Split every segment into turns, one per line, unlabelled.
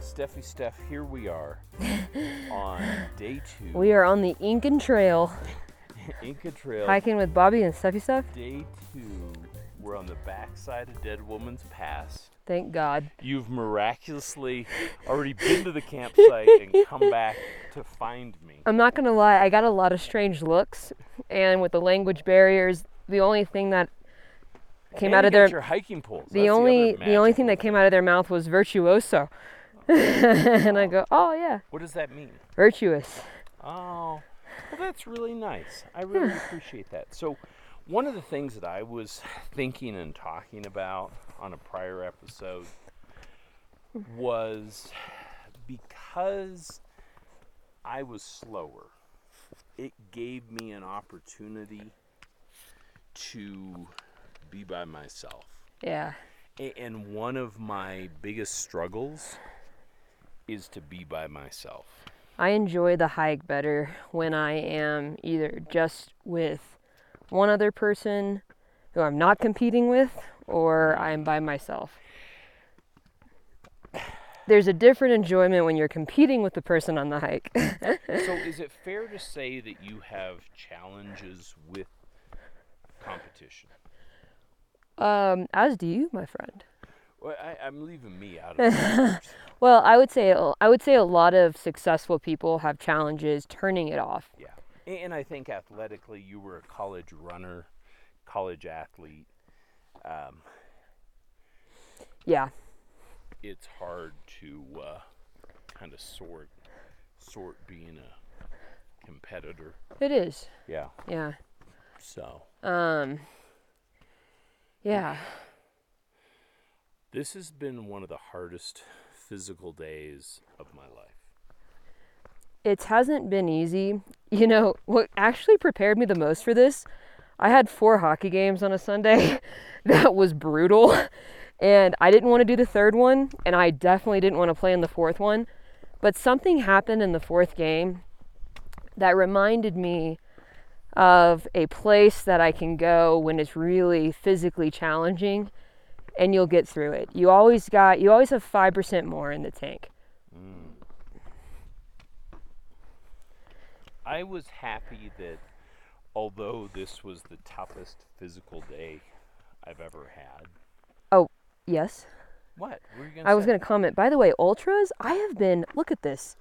Steffi Steph, here we are on day two.
We are on the Incan Trail,
Inca Trail.
hiking with Bobby and Stuffy Stuff.
Day two. We're on the backside of Dead Woman's Pass.
Thank God.
You've miraculously already been to the campsite and come back to find me.
I'm not gonna lie, I got a lot of strange looks, and with the language barriers, the only thing that came
And
out
you got
of their
your hiking poles. That's
the only
other
the, only thing that
magical
came out of their mouth was virtuoso, and I go, oh yeah,
What does that mean?
virtuous.
Oh, well, that's really nice. I really appreciate that. So, one of the things that I was thinking and talking about on a prior episode was because I was slower, it gave me an opportunity to be by myself.
Yeah,
A- And one of my biggest struggles is to be by myself.
I enjoy the hike better when I am either just with one other person who I'm not competing with or I'm by myself. There's a different enjoyment when you're competing with the person on the hike.
So, is it fair to say that you have challenges with competition?
um, as do you, my friend.
Well, I, I'm leaving me out of it.
Well, I would say I would say a lot of successful people have challenges turning it off.
yeah. A- And I think athletically, you were a college runner, college athlete. Um,
Yeah.
it's hard to uh, kind of sort sort being a competitor.
It is.
Yeah.
Yeah.
So
Um Yeah.
this has been one of the hardest physical days of my life.
it hasn't been easy. You know, what actually prepared me the most for this, I had four hockey games on a Sunday. that was brutal. And I didn't want to do the third one, and I definitely didn't want to play in the fourth one. But something happened in the fourth game that reminded me of a place that I can go when it's really physically challenging and you'll get through it. You always got you always have 5% more in the tank.
I was happy that although this was the toughest physical day I've ever had.
Yes.
What? Were you gonna
I was
say?
going to comment, by the way, ultras, I have been, look at this,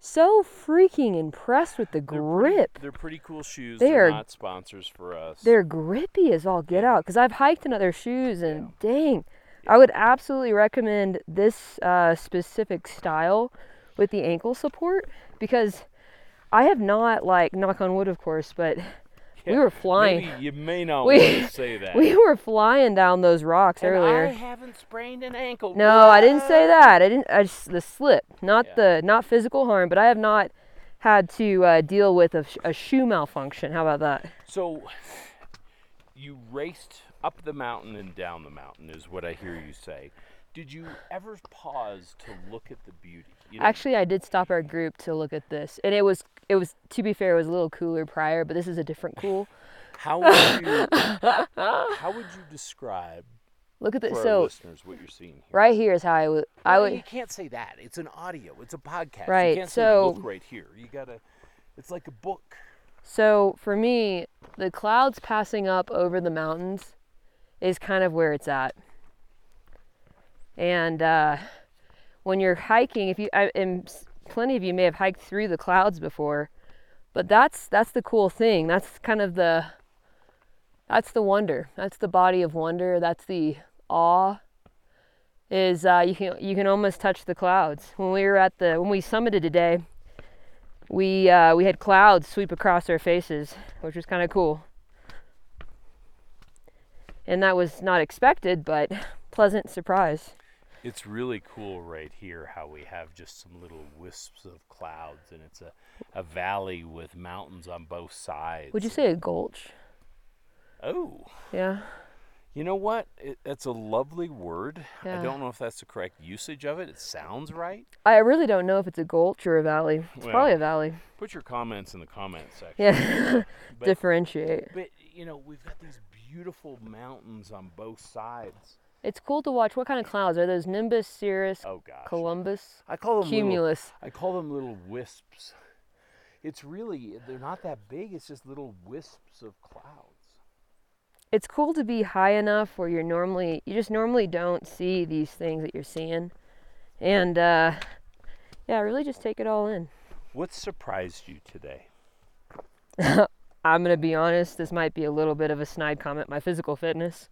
so freaking impressed with the grip.
They're pretty cool shoes.
They
They are
are-
not sponsors for us.
They're grippy as all get out because I've hiked in other shoes and dang, I would absolutely recommend this uh, specific style with the ankle support because I have not, like, knock on wood, of course, but we were flying.
Maybe you may not
We-
want to say that.
We were flying down those rocks
And
earlier.
I haven't sprained an ankle.
No, I didn't say that. I didn't. I just the slip, not
Yeah.
the not physical harm, but I have not had to uh, deal with a, sh- a shoe malfunction. How about that?
So you raced up the mountain and down the mountain is what I hear you say. Did you ever pause to look at the beauty? You know,
Actually, I did stop our group to look at this, and it was it was to be fair, it was a little cooler prior, but this is a different cool.
how would you how would you describe
Look at this.
for our
So
listeners what you're seeing here?
right here is how I would I
Well,
would
you can't say that. It's an audio. It's a podcast.
Right,
You can't
so-
say look right here. You gotta. It's like a book.
So for me, the clouds passing up over the mountains is kind of where it's at. And uh, when you're hiking, if you, I, and s- plenty of you may have hiked through the clouds before, but that's that's the cool thing. That's kind of the that's the wonder. That's the body of wonder. That's the awe. Is uh, you can you can almost touch the clouds. When we were at the when we summited today, we uh, we had clouds sweep across our faces, which was kind of cool. And that was not expected, but pleasant surprise.
It's really cool right here how we have just some little wisps of clouds, and it's a, a valley with mountains on both sides.
Would you say a gulch?
Oh,
Yeah.
you know what? It, that's a lovely word.
Yeah.
I don't know if that's the correct usage of it. It sounds right.
I really don't know if it's a gulch or a valley. It's
Well.
probably a valley.
Put your comments in the comment section.
Yeah.
But-
Differentiate.
But you know, we've got these beautiful mountains on both sides.
It's cool to watch. What kind of clouds are those? Nimbus, Cirrus,
Oh gosh.
Columbus,
I call them little,
Cumulus.
I call them little wisps. It's really they're not that big. It's just little wisps of clouds.
It's cool to be high enough where you're normally you just normally don't see these things that you're seeing, and uh, yeah, really just take it all in.
What surprised you today?
I'm gonna be honest. This might be a little bit of a snide comment. My physical fitness.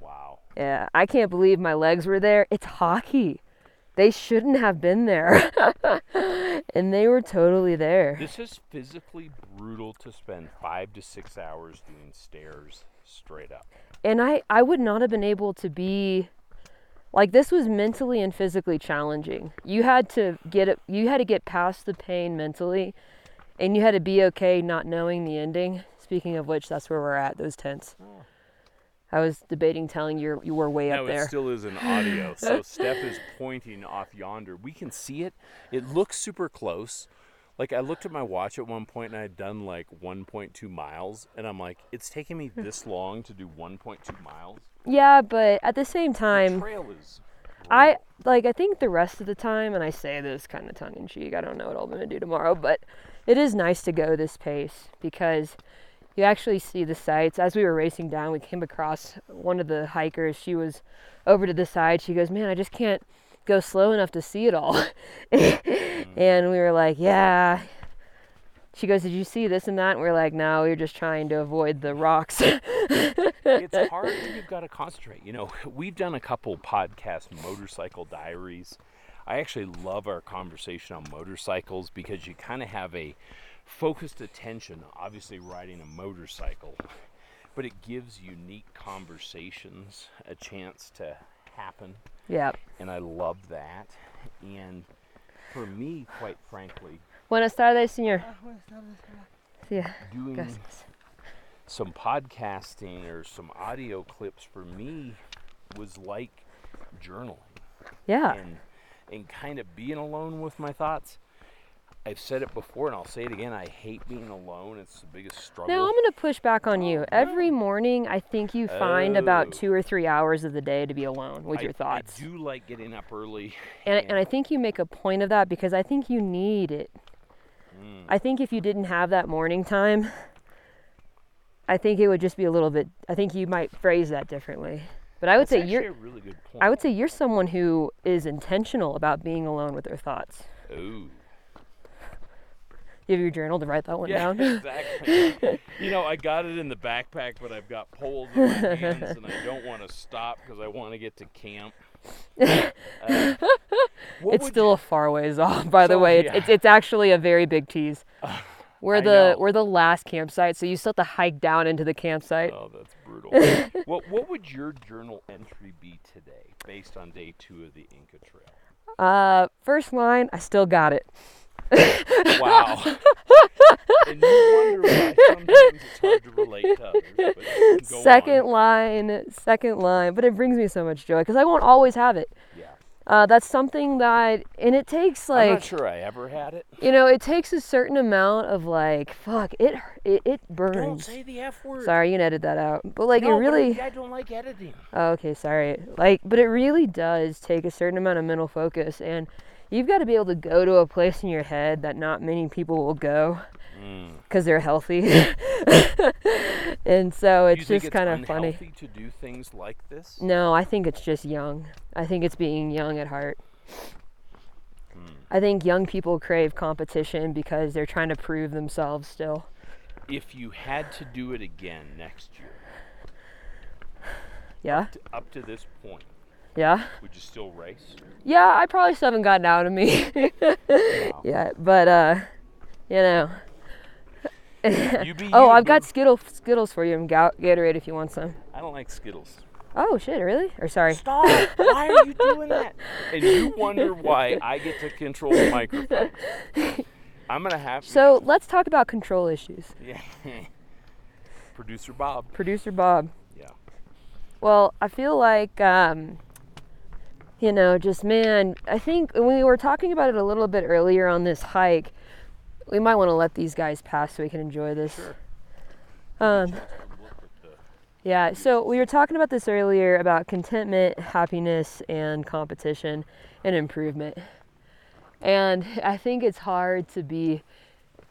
Wow.
Yeah, I can't believe my legs were there. It's hockey. They shouldn't have been there. and they were totally there.
This is physically brutal to spend five to six hours doing stairs straight up.
And I, I would not have been able to be like this was mentally and physically challenging. You had to get it you had to get past the pain mentally and you had to be okay not knowing the ending. Speaking of which, that's where we're at, those tents. I was debating telling you you were way
no,
up there.
it still is an audio. So Steph is pointing off yonder. We can see it. It looks super close. Like I looked at my watch at one point and I had done like 1.2 miles, and I'm like, it's taking me this long to do 1.2 miles.
yeah, but at the same
the
time
trail is.
I
brutal.
like I think the rest of the time, and I say this kind of tongue in cheek. I don't know what I'm gonna do tomorrow, but it is nice to go this pace because you actually see the sights. As we were racing down, we came across one of the hikers. She was over to the side. She goes, "Man, I just can't go slow enough to see it all." and we were like, "Yeah." She goes, "Did you see this and that?" And we we're like, "No, we were just trying to avoid the rocks."
it's hard when you've got to concentrate. You know, we've done a couple podcast motorcycle diaries. I actually love our conversation on motorcycles because you kind of have a focused attention, obviously riding a motorcycle, but it gives unique conversations a chance to happen
yeah.
and I love that. And for me, quite frankly,
Buenas tardes, señor. Yeah.
doing
Gracias.
Mm. some podcasting or some audio clips for me was like journaling
Yeah.
and and kind of being alone with my thoughts. I've said it before and I'll say it again. I hate being alone. It's the biggest struggle.
No, I'm going to push back on you. Every morning, I think you find
Oh.
about two or three hours of the day to be alone with
I-
your thoughts.
I do like getting up early.
and, and I think you make a point of that because I think you need it.
Mm.
I think if you didn't have that morning time, I think it would just be a little bit. I think you might phrase that differently. But I would
That's
say
actually
you're.
a really good point.
I would say you're someone who is intentional about being alone with their thoughts.
Ooh.
You have your journal to write that one
Yeah,
down.
exactly. you know, I got it in the backpack, but I've got poles in my hands, and I don't want to stop because I want to get to camp. Uh, what would
It's still a far ways off, by the
So,
way. It's,
yeah.
it's, it's actually a very big tease. We're
I
the
know.
we're the last campsite, so you still have to hike down into the campsite.
you- oh, that's brutal. what What would your journal entry be today, based on day two of the Inca Trail?
Uh, first line, I still got it.
Wow. and you wonder why sometimes it's hard to relate to others. But go on.
second line, second line, but it brings me so much joy because I won't always have it.
Yeah.
Uh, that's something that, and it takes
I'm
like
not sure I ever had it.
you know, it takes a certain amount of like fuck it it, it
Don't
burns.
say the F word.
Sorry, you can edit that out, but like
No,
it
but
really.
I don't like editing.
Oh, okay, sorry. Like, but it really does take a certain amount of mental focus, and you've got to be able to go to a place in your head that not many people will go
Mm.
because they're healthy. and so
you
it's
think
just kind of funny.
unhealthy to do things like this?
No, I think it's just young. I think it's being young at heart.
Hmm.
I think young people crave competition because they're trying to prove themselves still.
If you had to do it again next year,
Yeah?
t- up to this point,
Yeah?
would you still race?
Yeah, I probably still haven't gotten out of me yet, but, uh, you know.
You be
Oh,
you,
I've got
boo.
Skittle, Skittles for you and Ga- Gatorade if you want some.
I don't like Skittles.
Oh shit, really? Or sorry.
Stop! why are you doing that? And you wonder why I get to control the microphone. I'm gonna have to.
So let's talk about control issues.
Yeah. Producer Bob.
Producer Bob.
Yeah.
Well, I feel like, um, you know, just man, I think we were talking about it a little bit earlier on this hike. We might want to let these guys pass so we can enjoy this.
Sure.
Um,
Look at the
Yeah, so we were talking about this earlier about contentment, happiness, and competition and improvement. And I think it's hard to be.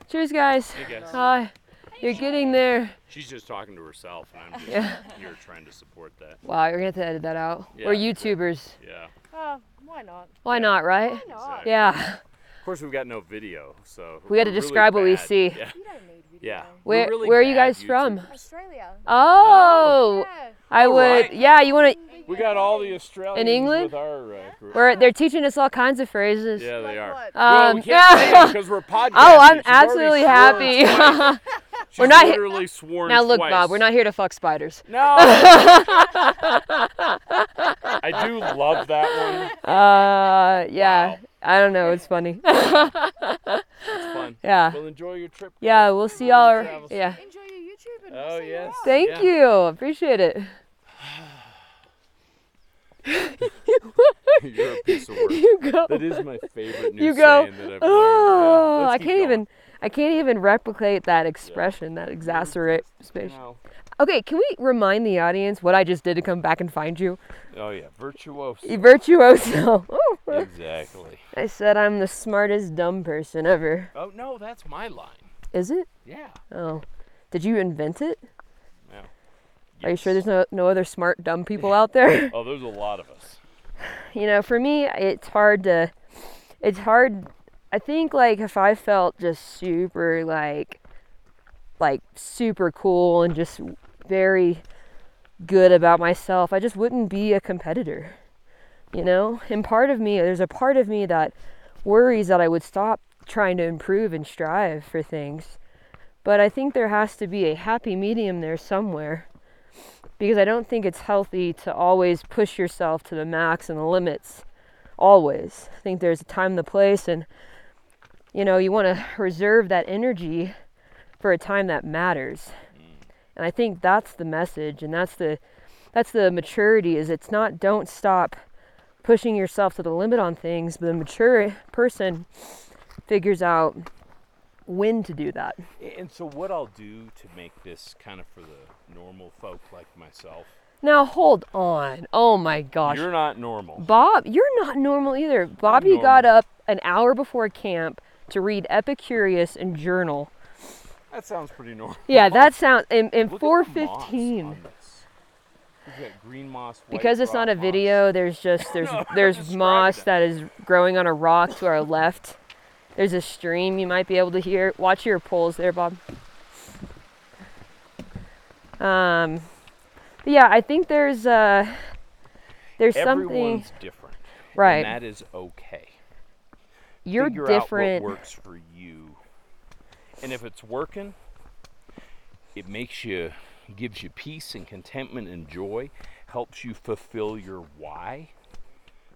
Cheers, guys.
Hey, guys.
Hi. You're getting there.
She's just talking to herself, and I'm just here trying to support that.
Wow, you're gonna have to edit that out.
Yeah.
We're YouTubers.
Yeah.
Oh, why not?
Why not, right?
Why not?
Exactly.
Yeah.
Of course, we've got no video, so
We had to
we're really
describe what we
bad.
see.
Yeah.
You don't need video.
Yeah. We're
Where
really
where are you
bad
guys from?
YouTubers.
Australia.
Oh,
Yeah.
I would.
Alright.
Yeah, you wanna?
We got all the Australians
England?
with our uh, group.
We're they're teaching us all kinds of phrases.
yeah, they
Like
are.
what?
well,
Um,
we can't say it because we're podcasting.
Oh, I'm
She's already
absolutely
sworn
happy.
twice. She's
We're not-
literally sworn
now look,
twice.
Bob, we're not here to fuck spiders.
No. I do love that one.
Uh, yeah.
Wow.
I don't know. It's funny.
It's fun.
yeah.
Well, enjoy your trip.
Yeah. We'll see y'all.
travels.
Yeah.
Enjoy your YouTube and
Oh,
we'll see you
yes.
out.
Thank
Yeah.
you. Appreciate it.
You're a piece of work.
You go.
That is my favorite new
You go.
saying that I've learned. Yeah,
Oh,
let's
I
keep
can't
going.
even. I can't even replicate that expression, that exacerbate space.
No.
Okay, can we remind the audience what I just did to come back and find you?
Oh yeah, virtuoso.
Virtuoso. Ooh.
Exactly.
I said I'm the smartest dumb person ever.
Oh no, that's my line.
Is it?
Yeah.
Oh. Did you invent it?
No.
Are you sure
Yes.
there's no, no other smart dumb people out there?
Oh, there's a lot of us.
you know, for me, it's hard to, it's hard. I think like if I felt just super like, like super cool and just very good about myself, I just wouldn't be a competitor, you know? And part of me, there's a part of me that worries that I would stop trying to improve and strive for things. But I think there has to be a happy medium there somewhere because I don't think it's healthy to always push yourself to the max and the limits. Always. I think there's a time and a place, and you know, you want to reserve that energy for a time that matters. And I think that's the message, and that's the that's the maturity is it's not don't stop pushing yourself to the limit on things, but the mature person figures out when to do that.
And so what I'll do to make this kind of for the normal folk like myself.
Now hold on. Oh my gosh.
You're not normal.
Bob, you're not normal either. Bobby
normal.
got up an hour before camp to read Epicurus and journal.
That sounds pretty normal.
Yeah, that sounds and, and
Look at the moss
415.
on this. We've got green moss. white
Because it's not
rock
a
moss.
video, there's just there's
No,
there's
describe
moss
it.
that is growing on a rock to our left. There's a stream you might be able to hear. Watch your poles there, Bob. Um but yeah, I think there's uh there's something
Everyone's different. and
right.
that is okay.
You're
Figure
different.
Out what works for you. And if it's working, it makes you gives you peace and contentment and joy, helps you fulfill your why,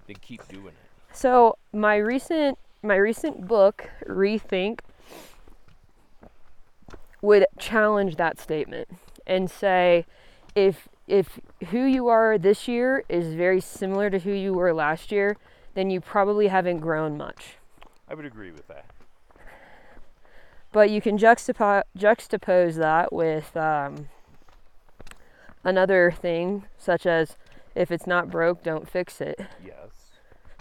then keep doing it.
So my recent my recent book, Rethink, would challenge that statement and say if if who you are this year is very similar to who you were last year, then you probably haven't grown much.
I would agree with that.
But you can juxtapo- juxtapose that with um, another thing, such as if it's not broke, don't fix it.
Yes.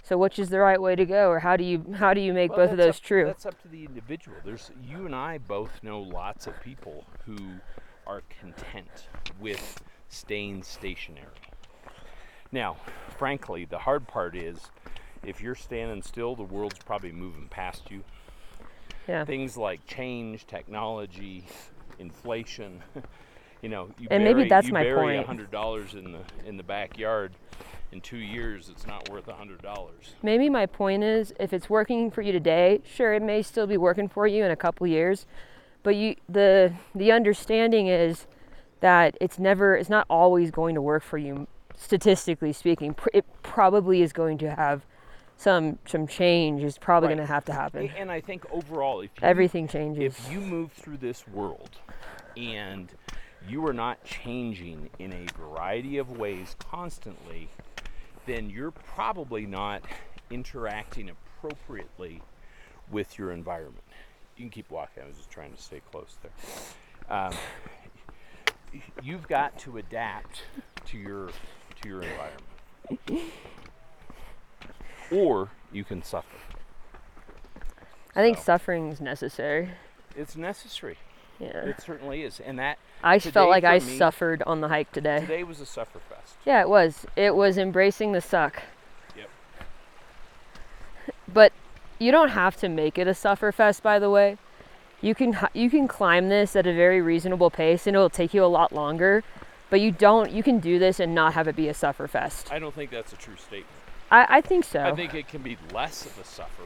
So, which is the right way to go, or how do you how do you make both of those true?
That's up to the individual. There's you and I both know lots of people who are content with staying stationary. Now, frankly, the hard part is if you're standing still, the world's probably moving past you.
yeah.
things like change, technology, inflation. You know, you
And
bury,
maybe that's
you
my
bury
point.
hundred dollars in the in the backyard. In two years, it's not worth hundred dollars.
Maybe my point is if it's working for you today, sure it may still be working for you in a couple years, but you the the understanding is that it's never it's not always going to work for you statistically speaking. Pr- It probably is going to have some some change is probably
Right.
going to have to happen.
And I think overall, if you,
Everything changes.
if you move through this world and you are not changing in a variety of ways constantly, then you're probably not interacting appropriately with your environment. You can keep walking. I was just trying to stay close there. Um, you've got to adapt to your to your environment. Or you can suffer.
I think
So.
suffering's necessary.
It's necessary.
Yeah.
It certainly is. And that
I s-
today
felt like
for
I
me-
suffered on the hike today.
today was a suffer fest.
Yeah, it was. It was embracing the suck.
Yep.
But you don't have to make it a sufferfest, by the way. You can h- you can climb this at a very reasonable pace, and it'll take you a lot longer. But you don't. You can do this and not have it be a sufferfest.
I don't think that's a true statement.
I, I think so.
I think it can be less of a suffer.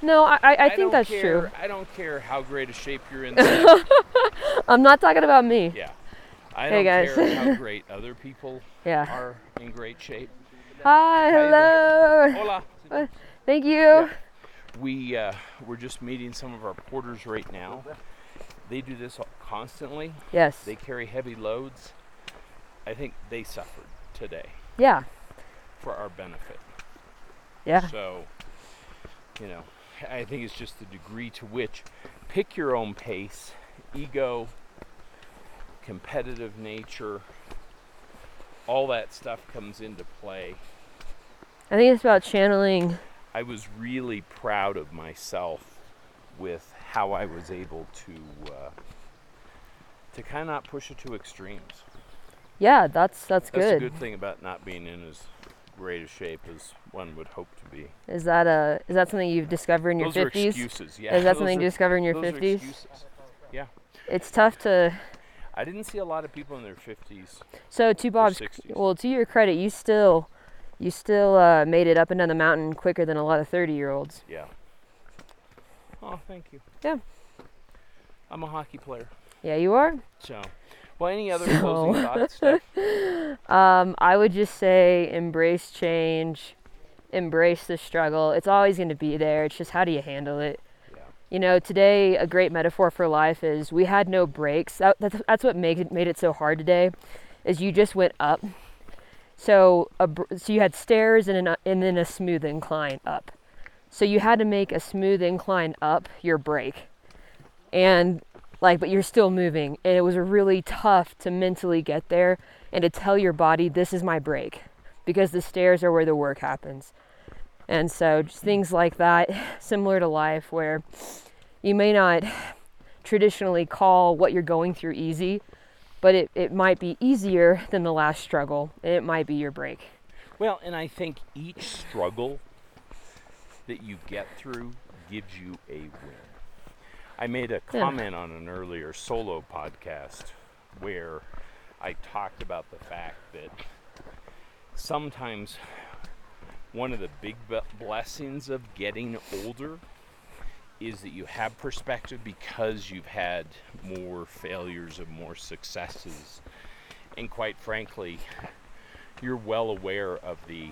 no, I, I, I
don't
think that's
care,
true.
I don't care how great a shape you're in.
I'm not talking about me.
yeah. I don't
Hey, guys.
care how great other people
Yeah.
are in great shape.
Hi,
How you
hello.
Hola.
Thank you.
We uh, we're just meeting some of our porters right now. They do this constantly.
Yes.
They carry heavy loads. I think they suffered today
yeah.
for our benefit.
Yeah.
So, you know, I think it's just the degree to which pick your own pace, ego, competitive nature, all that stuff comes into play.
I think it's about channeling.
I was really proud of myself with how I was able to uh, to kind of not push it to extremes.
Yeah, that's
That's
that's, good.
the good thing about not being in as great a shape as one would hope to be.
Is that a is that something you've discovered in your
those are
fifties?
excuses. Yeah.
Is that
Those
something you
are-
discovered in your
those are
fifties?
excuses. Yeah.
It's tough to.
I didn't see a lot of people in their 50s.
So to Bob's,
60s.
well, to your credit, you still, you still uh, made it up and down the mountain quicker than a lot of thirty-year-olds.
Yeah. Oh, thank you.
Yeah.
I'm a hockey player.
Yeah, you are.
So, well, any other
So-
closing thoughts? Steph?
Um, I would just say embrace change, embrace the struggle. It's always going to be there. It's just how do you handle it?
Yeah.
You know, today a great metaphor for life is we had no breaks. That, that's, that's what made it, made it so hard today, is you just went up. So a, br- so you had stairs and an, and then a smooth incline up. So you had to make a smooth incline up your break, and like, but you're still moving. And it was really tough to mentally get there and to tell your body this is my break, because the stairs are where the work happens. And so just things like that, similar to life, where you may not traditionally call what you're going through easy, but it, it might be easier than the last struggle. and It might be your break.
Well, and I think each struggle that you get through gives you a win. I made a
Yeah.
comment on an earlier solo podcast where I talked about the fact that sometimes one of the big b- blessings of getting older is that you have perspective because you've had more failures and more successes. And quite frankly, you're well aware of the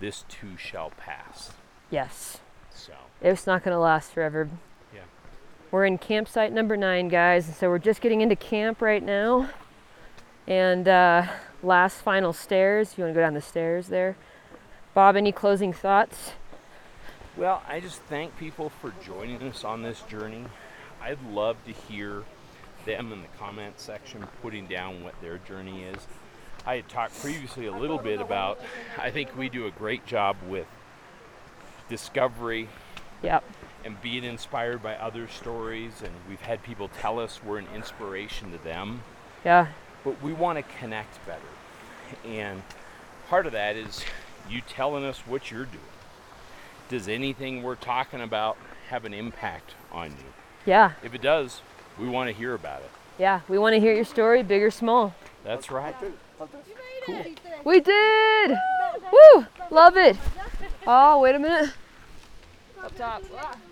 this too shall pass.
Yes,
So,
it's not going to last forever.
yeah.
We're in campsite number nine, guys, and so we're just getting into camp right now. And uh, last final stairs. You want to go down the stairs there? Bob, any closing thoughts?
Well, I just thank people for joining us on this journey. I'd love to hear them in the comment section putting down what their journey is. I had talked previously a little bit about I think we do a great job with discovery
Yep.
and being inspired by other stories and we've had people tell us we're an inspiration to them.
Yeah.
but we want to connect better. And part of that is you telling us what you're doing. Does anything we're talking about have an impact on you?
Yeah.
If it does, we want to hear about it.
Yeah. We want to hear your story, big or small.
That's right.
We did! Woo! Love it! Oh, wait a minute. Up top.